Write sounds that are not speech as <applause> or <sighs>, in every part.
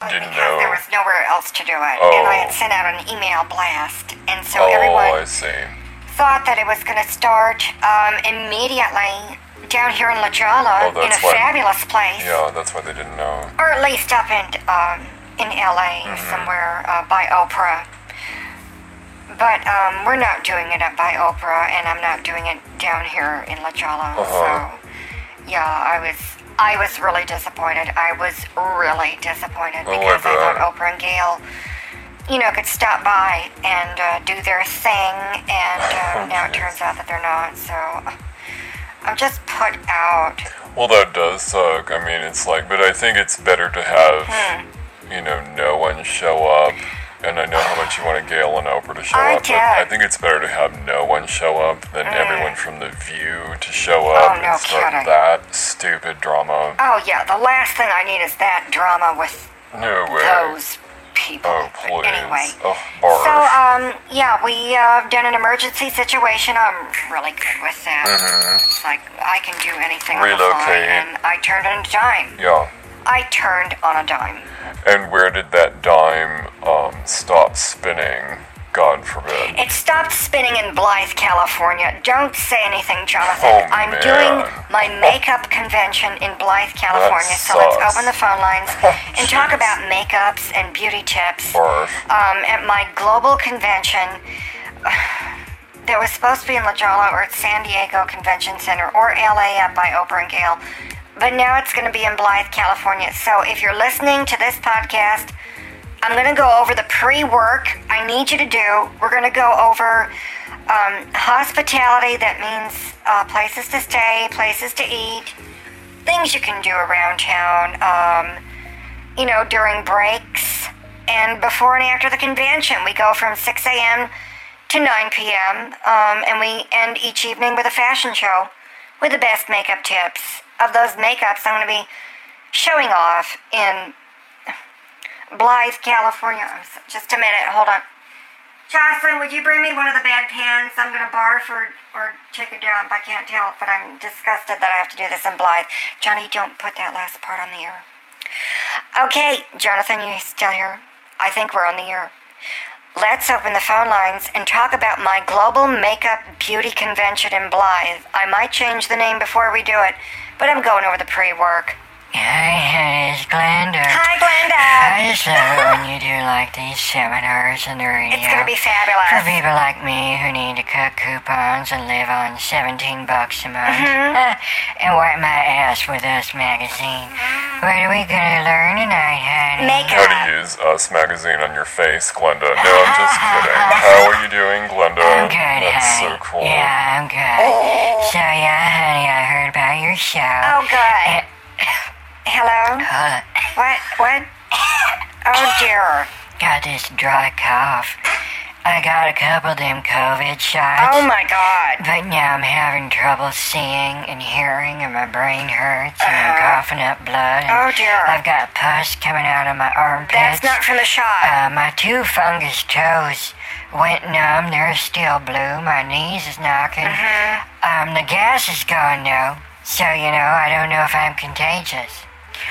Oh, didn't because there know. was nowhere else to do it. And I had Oh. sent out an email blast. And oh, so I everyone see. thought that it was going to start um, immediately down here in La Oh, Jolla in a that's what- fabulous place. Yeah, that's why they didn't know. Or at least up in, um, in LA Mm-hmm. somewhere uh, by Oprah. But um, we're not doing it up by Oprah, and I'm not doing it down here in La Jolla. Uh-huh. So, yeah, I was I was really disappointed. I was really disappointed Oh, I because I, thought bet. Oprah and Gail, you know, could stop by and uh, do their thing, <laughs> and uh, Oh, now it geez. turns out that they're not. So, I'm just put out. Well, that does suck. I mean, it's like, but I think it's better to have, Hmm. you know, no one show up. And I know how much you wanted Gail and Oprah to show I up, did. but I think it's better to have no one show up than everyone from The View to show up Oh, no and start kidding. that stupid drama. Oh yeah, the last thing I need is that drama with No way. those people. oh, But please. Anyway. Oh, barf. So, um, yeah, we, uh, done an emergency situation. I'm really good with that. It's like, I can do anything on the fly, Mm-hmm. Relocate. and I turned on a dime. yeah. I turned on a dime. And where did that dime um, stop spinning? God forbid. It stopped spinning in Blythe, California. Don't say anything, Oh, Jonathan. I'm man. doing my makeup convention in Blythe, California, so let's sucks. Oh, open the phone lines and talk Jeez. about makeups and beauty tips. Barf. um, at my global convention <sighs> that was supposed to be in La Jolla or at San Diego Convention Center or LA up by Oprah and Gale, but now it's going to be in Blythe, California. So if you're listening to this podcast, I'm going to go over the pre work I need you to do. We're going to go over um, hospitality, that means uh, places to stay, places to eat, things you can do around town. Um, you know, during breaks and before and after the convention. We go from 6 a.m. to 9 p.m., um, and we end each evening with a fashion show with the best makeup tips. Of those makeups, I'm going to be showing off in Blythe, California. I'm so- Just a minute, hold on. Jocelyn, would you bring me one of the bad pans? I'm gonna barf or, or take a dump. I can't tell, but I'm disgusted that I have to do this in Blythe. Johnny, don't put that last part on the air. Okay, Jonathan, you still here? I think we're on the air. Let's open the phone lines and talk about my global makeup beauty convention in Blythe. I might change the name before we do it, but I'm going over the pre-work. Hi, it's Glenda. Hi, Glenda. I just love it when you do like these seminars on the radio. It's gonna be for fabulous. people like me who need to cut coupons and live on 17 bucks a month Mm-hmm. <laughs> and wipe my ass with Us magazine. What are we gonna learn tonight, How honey? Makeup. to use Us magazine on your face, Glenda. No, I'm just kidding. How are you doing, Glenda? I'm good, That's honey. so cool. Yeah, I'm good. So yeah, honey, I heard about your show. uh, Oh, good. Hello. Hold on. What? What? Oh dear. Got this dry cough. I got a couple of them COVID shots. Oh my God. But now I'm having trouble seeing and hearing, and my brain hurts, and I'm coughing up blood. and Oh, dear. I've got pus coming out of my That's armpits. not from the shot. Uh, my two fungus toes went numb. They're still blue. My knees is knocking. Uh-huh. Mm-hmm. Um, the gas is gone though, so you know I don't know if I'm contagious.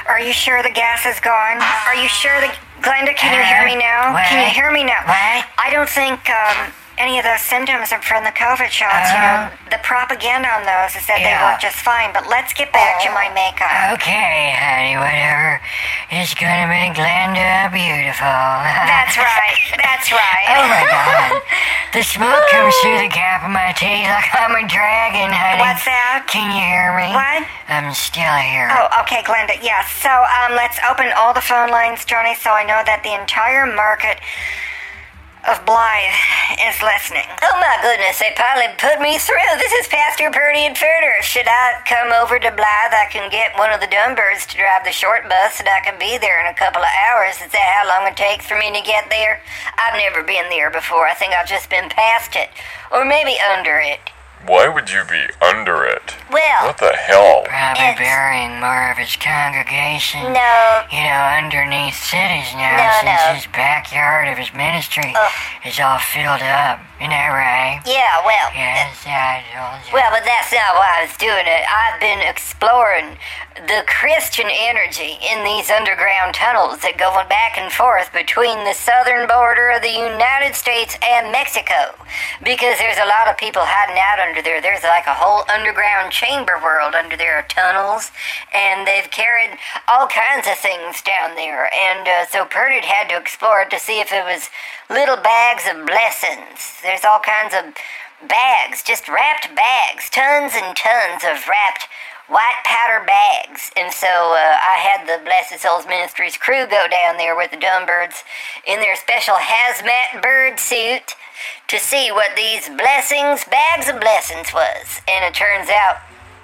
Are you sure the gas is gone? Are you sure the Glenda? Can you hear me now? Uh, What? Can you hear me now? What? I don't think um, any of those symptoms are from the COVID shots. you know, the propaganda on those is that they Oh. Yeah. work just fine. But let's get back to my makeup. Okay, honey, whatever. It's gonna make Glenda beautiful. <laughs> That's right. That's Oh right. my god. The smoke comes through the gap of my teeth like I'm a dragon, honey. What's that? Can you hear me? <laughs> What? I'm still here. Oh, okay, Glenda. Yes. So um, let's open all the phone lines, Johnny, so I know that the entire market of Blythe is listening. Oh my goodness, they probably put me through. This is Pastor Purdy and Furter. Should I come over to Blythe, I can get one of the Dunbirds to drive the short bus and I can be there in a couple of hours. Is that how long it takes for me to get there? I've never been there before. I think I've just been past it. Or maybe under it. Why would you be under it? Well, What the hell? Probably It's- burying more of his congregation. no, You know, underneath cities now, No, since no. Oh. his backyard of his ministry Ugh. is all filled up. Isn't that right? yeah, well. Yes, I told you. Well, but that's not why I was doing it. I've been exploring the Christian energy in these underground tunnels that go back and forth between the southern border of the United States and Mexico. Because there's a lot of people hiding out under there. There's like a whole underground chamber world under there, tunnels, and they've carried all kinds of things down there. And uh, so Perdit had to explore it to see if it was little bags of blessings. There's all kinds of bags, just wrapped bags, tons and tons of wrapped white powder bags. And so uh, I had the Blessed Souls Ministries crew go down there with the Dumbbirds in their special hazmat bird suit to see what these blessings, bags of blessings, was. And it turns out.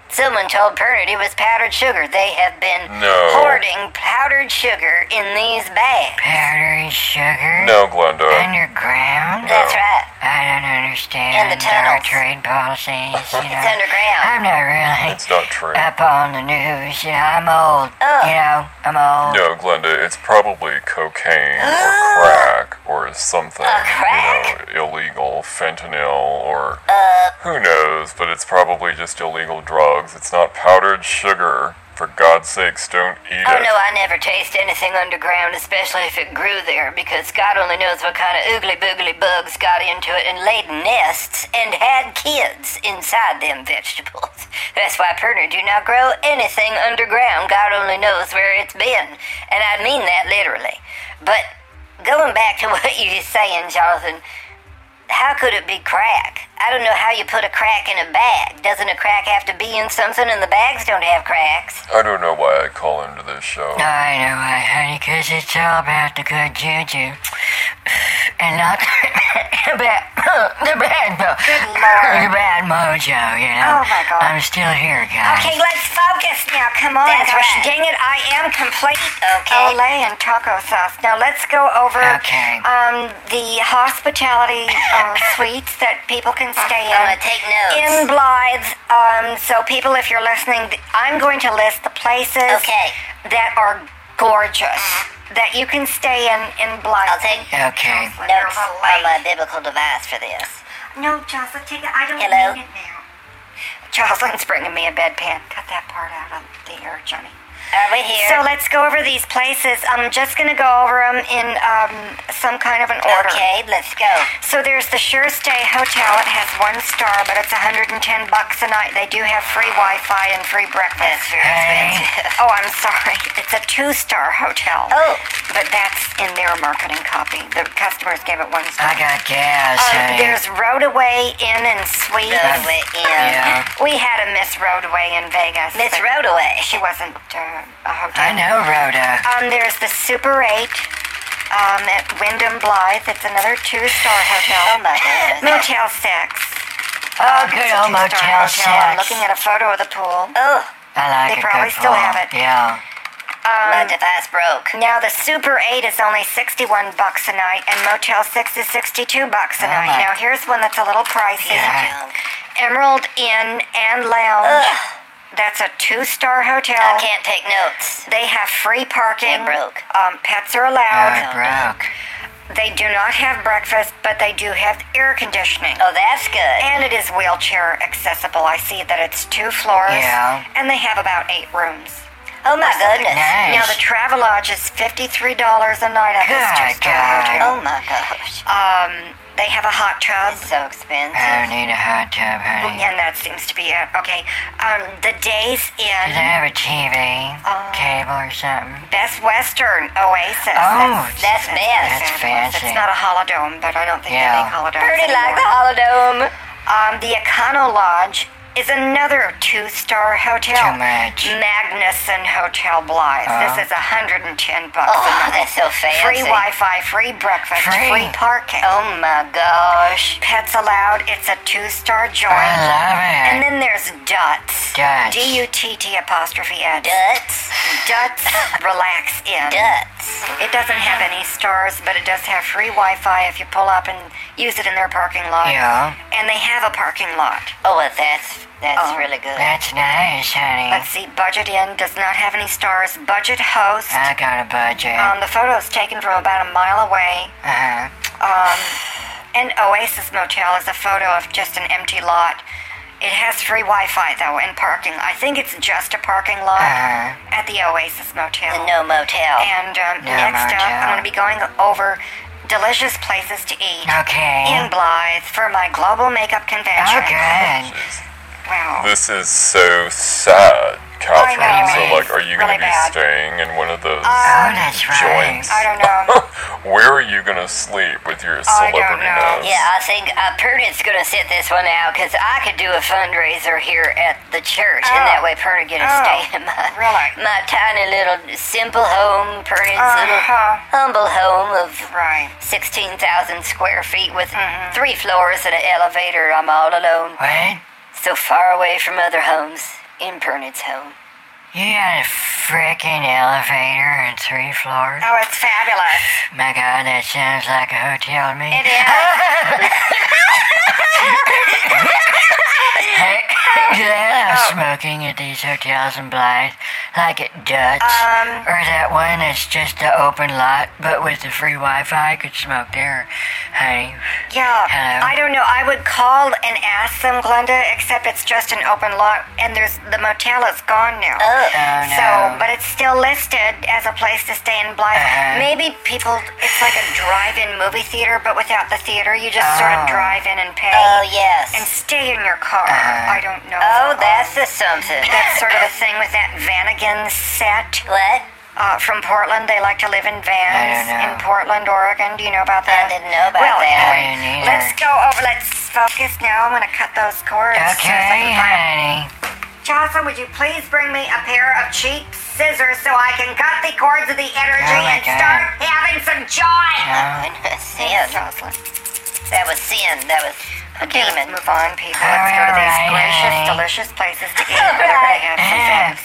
Someone told Pernod it was powdered sugar. They have been No. hoarding powdered sugar in these bags. Powdery sugar? No, Glenda. Underground? That's right. I don't understand In the tunnels. our trade policies. You know. It's underground. I'm not really It's not true. uh, up on the news. You know, I'm old. Oh. You know, I'm old. No, Glenda, it's probably cocaine or crack or something. Oh. crack? Uh. You know, illegal fentanyl or who knows, but it's probably just illegal drugs. It's not powdered sugar. For God's sakes, don't eat Oh it. no, I never taste anything underground, especially if it grew there, because God only knows what kind of oogly boogly bugs got into it and laid nests and had kids inside them vegetables. <laughs> That's why Perner do not grow anything underground. God only knows where it's been, and I mean that literally. But going back to <laughs> what you were saying, Jonathan, how could it be crack? I don't know how you put a crack in a bag. Doesn't a crack have to be in something, and the bags don't have cracks? I don't know why I call into this show. I know, I, honey, 'cause it's all about the good juju. And not <laughs> the bad, <laughs> the bad, mo- Lord. the bad mojo, you know. Oh, my God. I'm still here, guys. Okay, let's focus now. Come on, That's gosh right. dang it, I am complete. Okay. Ole and taco sauce. Now let's go over Okay. um, the hospitality <laughs> uh, suites that people can stay in. I'm gonna take notes. in Blythe. Um, so, people, if you're listening, th- I'm going to list the places Okay. Mm-hmm. that are gorgeous that you can stay in in Blythe. I'll take Okay. When you're a notes little on my late. biblical device for this. No, Jocelyn, take it. I don't Hello? need it now. Jocelyn's bringing me a bedpan. Cut that part out of the air, Johnny. Are we here? So let's go over these places. I'm just going to go over them in um, some kind of an order. okay, let's go. So there's the Sure Stay Hotel. It has one star, but it's 110 bucks a night. They do have free Wi-Fi and free breakfast. That's very Hey. expensive. Oh, I'm sorry. It's a two-star hotel. Oh. But that's in their marketing copy. The customers gave it one I star. got gas, Um, honey. there's Roadaway Inn and Suites. Roadaway Inn. Yeah. We had a Miss Roadaway in Vegas. Miss but Roadaway. She wasn't uh, a hotel. I know, Rhoda. Um, there's the Super 8 um, at Wyndham Blythe. It's another two-star hotel. Oh, my goodness. Motel 6. Oh, good It's a two-star old Motel 6. hotel. I'm looking at a photo of the pool. Oh, I like They it. probably good still pool. have it. Yeah. my device broke. Now the Super 8 is only 61 bucks a night, and Motel 6 is 62 bucks a Oh, night. my- Now here's one that's a little pricey. Yeah. Junk. Emerald Inn and Lounge. That's a two-star hotel. I can't take notes. They have free parking. It broke. Um, pets are I allowed. broke. They do not have breakfast, but they do have air conditioning. Oh, that's good. And it is wheelchair accessible. I see that it's two floors. Yeah. And they have about eight rooms. Oh my goodness. Nice. Now the Travelodge is fifty-three dollars a night at this Good two-star God. hotel. Oh my gosh. Um, they have a hot tub, It's so expensive. I don't need a hot tub, honey. and that seems to be it. Okay, um, the Days Does I Inn, have a TV, Uh, cable, or something? Best Western Oasis. Oh, That's best. That's fancy. It's not a holodome, but I don't think Yeah. they make holodomes Pretty like the anymore. Holodome. Um, the Econo Lodge is another two-star hotel. Too much. Uh-huh. Magnuson Hotel Blythe. this is hundred and ten bucks Oh, a night. that's so fancy. Free Wi-Fi, free breakfast, Free. free parking. Oh my gosh. Pets allowed. It's a two-star I joint. love it. And then there's Duts. Duts. D U T T apostrophe S. Duts. <laughs> Duts Relax Inn. Duts. lights. It doesn't have any stars, but it does have free Wi-Fi if you pull up and use it in their parking lot. Yeah. And they have a parking lot. Oh, well, that's that's Oh. really good. That's nice, honey. Let's see. Budget Inn does not have any stars. Budget host. I got a budget. Um, the photo's taken from about a mile away. uh-huh. Um, an Oasis Motel is a photo of just an empty lot. It has free Wi-Fi though and parking. I think it's just a parking lot Uh-huh. at the Oasis Motel. The No Motel. And um, No next up, motel. I'm going to be going over delicious places to eat in Okay. Blythe for my global makeup convention. Oh, good. Jeez. Wow. This is so sad, Catherine. know, so, right? like, are you going Really to be bad. staying in one of those? Uh, Oh, that's right. Joints. I don't know. <laughs> Where are you going to sleep with your I celebrity don't know. nose? Yeah, I think uh, Pernod's going to sit this one out because I could do a fundraiser here at the church, and Oh. that way Pernod get to Oh, stay in my, really? my tiny little simple home, Pernod's little Uh-huh. humble home of right. 16,000 square feet with Mm-hmm. three floors and an elevator. I'm all alone, What? so far away from other homes in Pernod's home. You got a freaking elevator and three floors? Oh, it's fabulous. My god, that sounds like a hotel to me. <laughs> It is. Hey, do they allow Oh. smoking at these hotels in Blythe? Like at Dutch? Um, or that one that's just the open lot, but with the free Wi-Fi, I could smoke there. Hey, Yeah. Hello. I don't know. I would call and ask them, Glenda, except it's just an open lot, and there's the motel is gone now. Oh. oh no. So, but it's still listed as a place to stay in Blythe. Uh-huh. Maybe people, it's like a drive-in movie theater, but without the theater, you just sort Oh. of drive in and pay Oh, yes. and stay in your car. I don't know. oh, Um, that's a something. that's sort of a thing with that Vanagon set What? uh, from Portland. They like to live in vans I don't know. in Portland, Oregon. Do you know about that? didn't know about well, that. Anyway, I didn't either. let's go over. Let's focus now. I'm going to cut those cords. so I Okay, can find- honey. Jocelyn, would you please bring me a pair of cheap scissors so I can cut the cords of the energy Oh, my and God. start having some joy? Oh. sin. Jocelyn. That was sin. That was a Okay, let's demon. move on, people. All Let's go to these right, gracious, honey. delicious places to eat. where They're going to have some Yeah. things.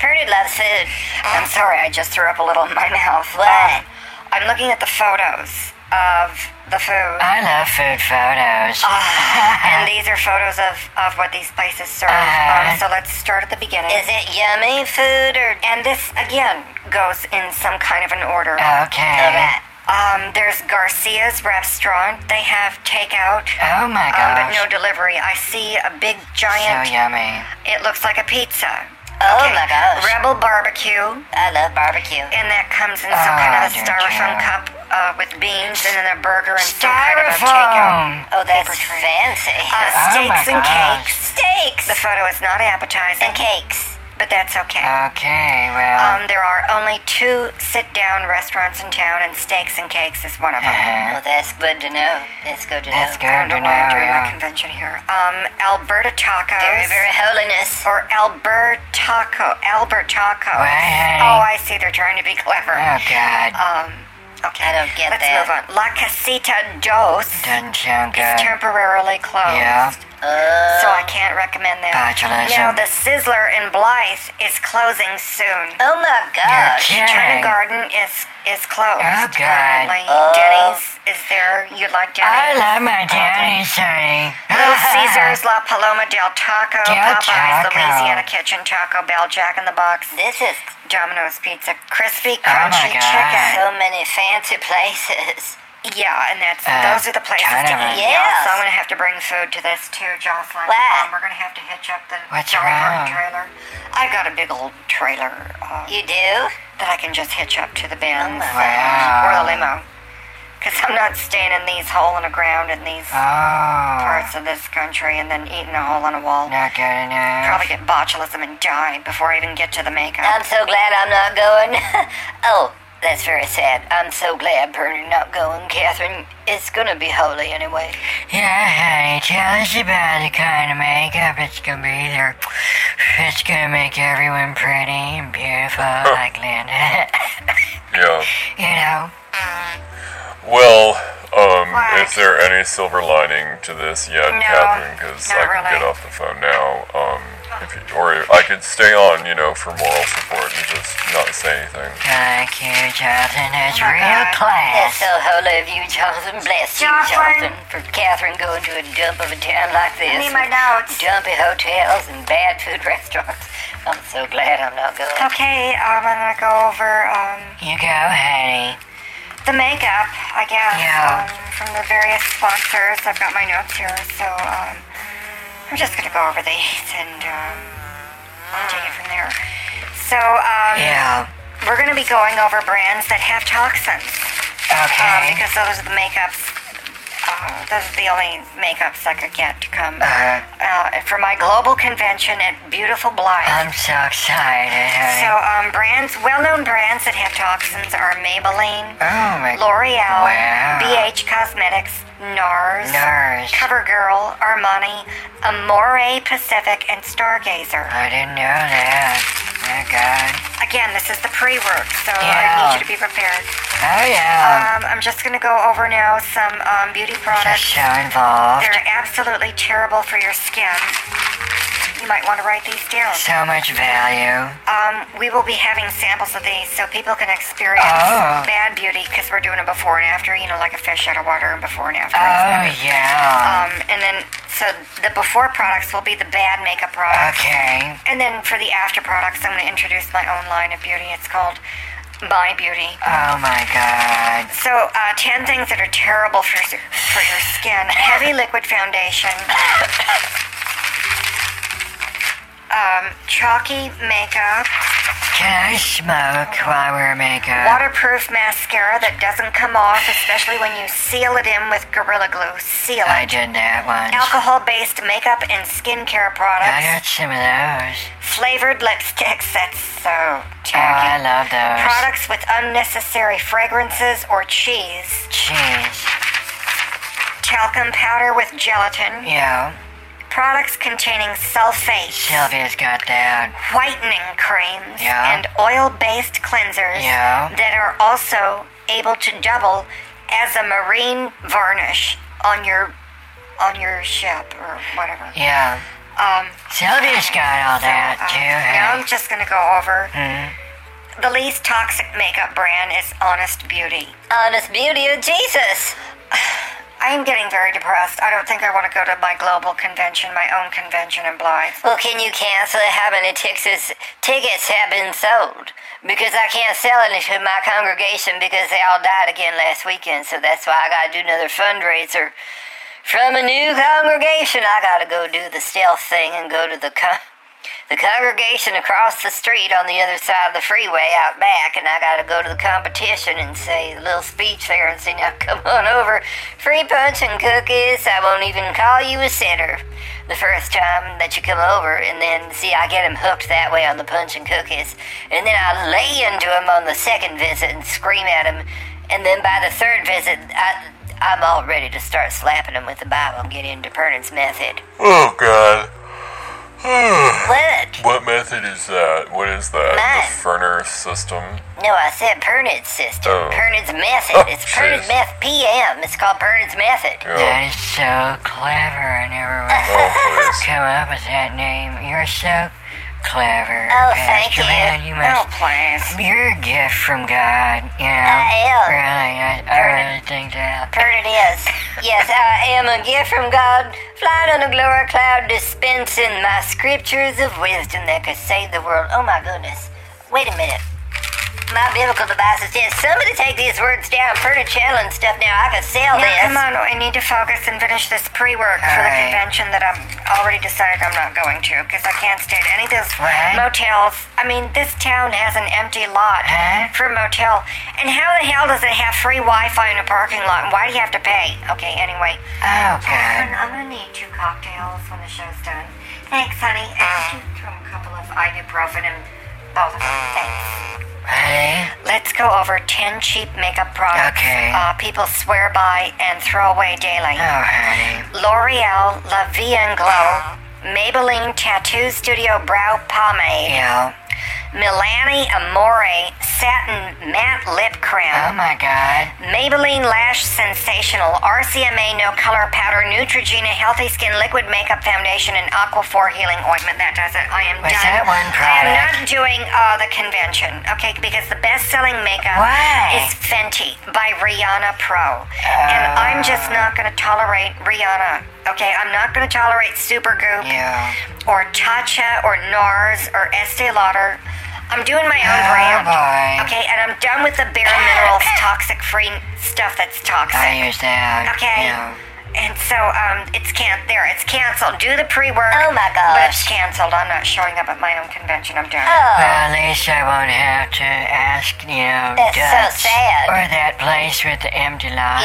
Pernod loves food. I'm sorry, I just threw up a little in <laughs> my mouth. What? Um, I'm looking at the photos of the food. I love food photos. and these are photos of, of what these places serve. Uh-huh. um, so let's start at the beginning. Is it yummy food or and this, again, goes in some kind of an order. okay. Alright. Um, there's Garcia's restaurant. They have takeout, Oh my um, but gosh. no delivery. I see a big So giant. yummy. It looks like a pizza. Oh my gosh. Rebel barbecue. I love barbecue. And that comes in some kind of a Oh, dear styrofoam child. cup uh, with beans and then a burger and some kind of a takeout. Styrofoam. Oh, that's Paper tray. fancy. Uh, Oh, steaks my and gosh. cakes. Steaks The photo is not appetizing, and cakes. but that's okay. Okay, well. Um, there are only two sit-down restaurants in town, and steaks and cakes is one of them. uh, Oh, that's good to know. That's good to That's know. good. I don't know why I'm now, doing my yeah. convention here. Um, Alberta Tacos. Very, very holiness. Or Albert Taco. Albert Taco. Right. Oh, I see. They're trying to be clever. oh god. Um, okay. I don't get Let's that. move on. La Casita Dos Doesn't sound good. is temporarily closed. Yeah. Oh. So I can't recommend that. Botulism. Now, the Sizzler in Blythe is closing soon. oh my gosh. You're China kidding. Garden is is closed. Oh, God. Currently. Oh. Denny's is there. You like I Denny's? love my daddy, Sonny. <laughs> Little Caesars, La Paloma del Taco, Del Popeye's, Taco. Louisiana Kitchen, Taco Bell, Jack in the Box, This is Domino's Pizza, Crispy Oh my Crunchy God. Chicken. so many fancy places. Yeah, and that's Uh, those are the places kind to of a- eat. Yeah, Yes. so I'm gonna have to bring food to this too, Jocelyn. What? Um, we're gonna have to hitch up the What's Dolly Parton wrong? trailer. I've got a big old trailer uh, You do? that I can just hitch up to the bins Oh Wow. or the limo. Because I'm not staying in these hole in the ground in these Oh, parts of this country and then eating a hole in a wall. not good enough. Probably get botulism and die before I even get to the makeup. I'm so glad I'm not going. <laughs> oh, that's very sad. I'm so glad Bernard not going, Catherine. It's gonna be holy anyway. Yeah, honey, tell us about the kind of makeup it's gonna be there. It's gonna make everyone pretty and beautiful like Linda. Yeah. you know? Well, um, Why? is there any silver lining to this yet, No, Catherine? Because not I can really. get off the phone now. Um, Oh, If you, or I could stay on, you know, for moral support and just not say anything. Thank you, Jonathan. That's my real God. Oh class. That's so holy of you, Jonathan. Bless you, Jonathan. Jonathan, for Catherine going to a dump of a town like this. I need my notes. Dumpy hotels and bad food <laughs> restaurants. I'm so glad I'm not going. Okay, um, I'm gonna go over um, You go, honey. the makeup, I guess, Yeah. um, from the various sponsors. I've got my notes here, so um, I'm just gonna go over these and um, take it from there. So um, Yeah. we're gonna be going over brands that have toxins um, Okay. because those are the makeups. Uh, those are the only makeups I could get to come Uh, uh, for my global convention at Beautiful Blythe. I'm so excited, honey. So, um, brands, well-known brands that have toxins are Maybelline, oh my L'Oreal, Wow. BH Cosmetics, NARS, NARS. CoverGirl, Armani, Amore Pacific, and Stargazer. I didn't know that. My God. Again, this is the pre-work, so Yeah. I need you to be prepared. Oh yeah. Um, I'm just gonna go over now some um, beauty Just products. so involved. They're absolutely terrible for your skin. You might want to write these down. So much value. Um, we will be having samples of these so people can experience Oh. bad beauty because we're doing a before and after, you know, like a fish out of water and before and after. Oh yeah. Um, and then, so the before products will be the bad makeup products. okay. And then for the after products, I'm going to introduce my own line of beauty. It's called My Beauty. Oh my God. So, uh, 10 things that are terrible for, your- for your skin heavy liquid foundation, um, chalky makeup, Can I smoke while we're makeup? waterproof mascara that doesn't come off, especially when you seal it in with Gorilla Glue. Seal I it. did that once. Alcohol based makeup and skincare I products. got some of those. Flavored lipsticks, that's so Oh, I tacky. love those. Products with unnecessary fragrances or cheese. Jeez. Talcum powder with gelatin. Yeah. Products containing sulfates. Sylvia's got that. Whitening creams. Yeah. And oil based cleansers Yeah. that are also able to double as a marine varnish on your on your ship or whatever. Yeah. Um, Sylvia's got all that Um, too. Mm-hmm. now honey. I'm just gonna go over. The least toxic makeup brand is Honest Beauty. Honest beauty of Jesus. I am getting very depressed. I don't think I want to go to my global convention, my own convention in Blythe. Well, can you cancel it? How many Texas tickets have been sold? Because I can't sell any to my congregation because they all died again last weekend. So that's why I got to do another fundraiser from a new congregation. I got to go do the stealth thing and go to the con- the congregation across the street on the other side of the freeway out back, and I got to go to the competition and say a little speech there and say, "Now <laughs> come on over, free punch and cookies. I won't even call you a sinner." The first time that you come over, and then see, I get him hooked that way on the punch and cookies, and then I lay into him on the second visit and scream at him, and then by the third visit, I, I'm all ready to start slapping him with the Bible and get into Pernod's method. Oh God. What? What method is that? What is that? Mine. The Ferner system? No, I said Pernod's system. Oh. Pernod's method. Oh, it's jeez. Pernod's meth PM. It's called Pernod's method. Yeah. That is so clever. I never would have Oh, please. come up with that name. You're so clever. Oh, Pastor thank you. Man, you must Oh, please. You're a gift from God, you know. I am. Really, I, I really think that. Pernod is. yes, I am a gift from God, flying on a glory cloud, dispensing my scriptures of wisdom that could save the world. Oh my goodness. Wait a minute. My biblical devices. Yes, somebody take these words down. Pernod challenge stuff now. I could sell Now, this. come on, I need to focus and finish this pre-work for the Alright. convention that I'm already decided I'm not going to because I can't stay at any of those What? motels. I mean, this town has an empty lot Huh? for a motel, and how the hell does it have free Wi-Fi in a parking lot? And why do you have to pay? Okay, anyway. Oh, God. Catherine, I'm gonna need two cocktails when the show's done. Thanks, honey. And you throw a couple of ibuprofen and both of them. Thanks. Honey? Let's go over 10 cheap makeup products Okay. uh, people swear by and throw away daily. Oh, honey. L'Oreal La Vie en Glow, Maybelline Tattoo Studio Brow Pomade, Yeah. Milani Amore Satin Matte Lip Oh Cream, my god. Maybelline Lash Sensational, RCMA No Color Powder, Neutrogena Healthy Skin Liquid Makeup Foundation, and Aquaphor Healing Ointment. That does it. I am Was done. that one I am product? not doing uh, the convention, okay? Because the best-selling makeup Why? is Fenty by Rihanna Pro, and I'm Oh. just not going to tolerate Rihanna. Okay, I'm not going to tolerate Super Goop Yeah. or Tatcha or NARS or Estee Lauder. I'm doing my own Oh, brand. boy. Okay, and I'm done with the bare <laughs> minerals, toxic free stuff that's toxic. I use that. okay. Yeah. And so um, it's can there. It's canceled. Do the pre-work. Oh, my But it's gosh. canceled. I'm not showing up at my own convention. I'm done. Oh, Well, at least I won't have to ask, you know, That's so Dutch sad. or that place with the empty lot Oh,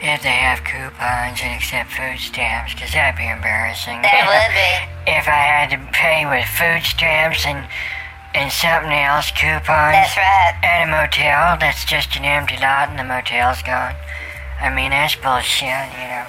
Yeah. if they have coupons and accept food stamps, 'cause that'd be embarrassing. that <laughs> would be. <laughs> if I had to pay with food stamps and and something else, coupons That's right. at a motel that's just an empty lot and the motel's gone. I mean, that's bullshit, you know.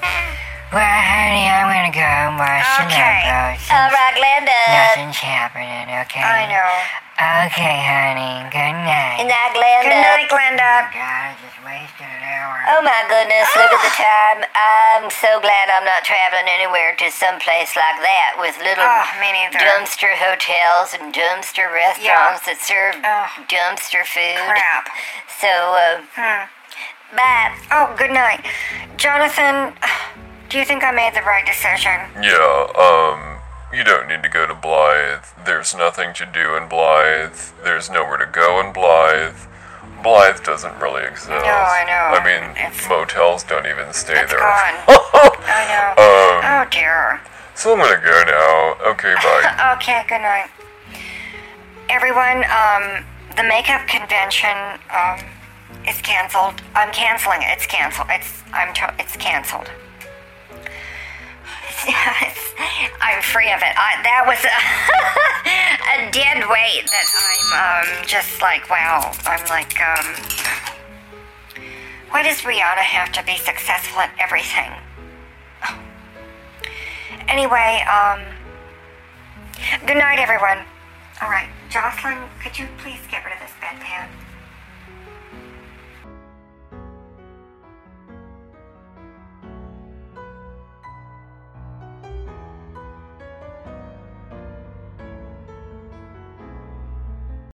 Well, honey, I'm gonna go wash the Okay. elbows. All right, Glenda. Nothing's happening, okay? I know. Okay, honey. Good night. Good night, Glenda. Good night, Glenda. God, I just wasted an hour. Oh my goodness, look at the time. I'm so glad I'm not traveling anywhere to some place like that with little Oh, me neither. dumpster hotels and dumpster restaurants that serve Ugh. dumpster food. Crap. So, uh, bye. Oh, good night, Jonathan. Do you think I made the right decision? <laughs> Yeah, um, you don't need to go to Blythe. There's nothing to do in Blythe. There's nowhere to go in Blythe. Blythe doesn't really exist. No, I know. I mean, It's- motels don't even stay It's there. gone. I know. oh dear. <laughs> So I'm gonna go now. Okay, <laughs> bye. Okay, good night. Everyone, um, the makeup convention um, is canceled. I'm canceling it. It's canceled. It's I'm to- it's canceled. <laughs> I'm free of it. I, that was <laughs> a, a dead weight that I'm um, just like wow. I'm like um, why does Rihanna have to be successful at everything? <sighs> Anyway, um. Good night, everyone. All right, Jocelyn, could you please get rid of this?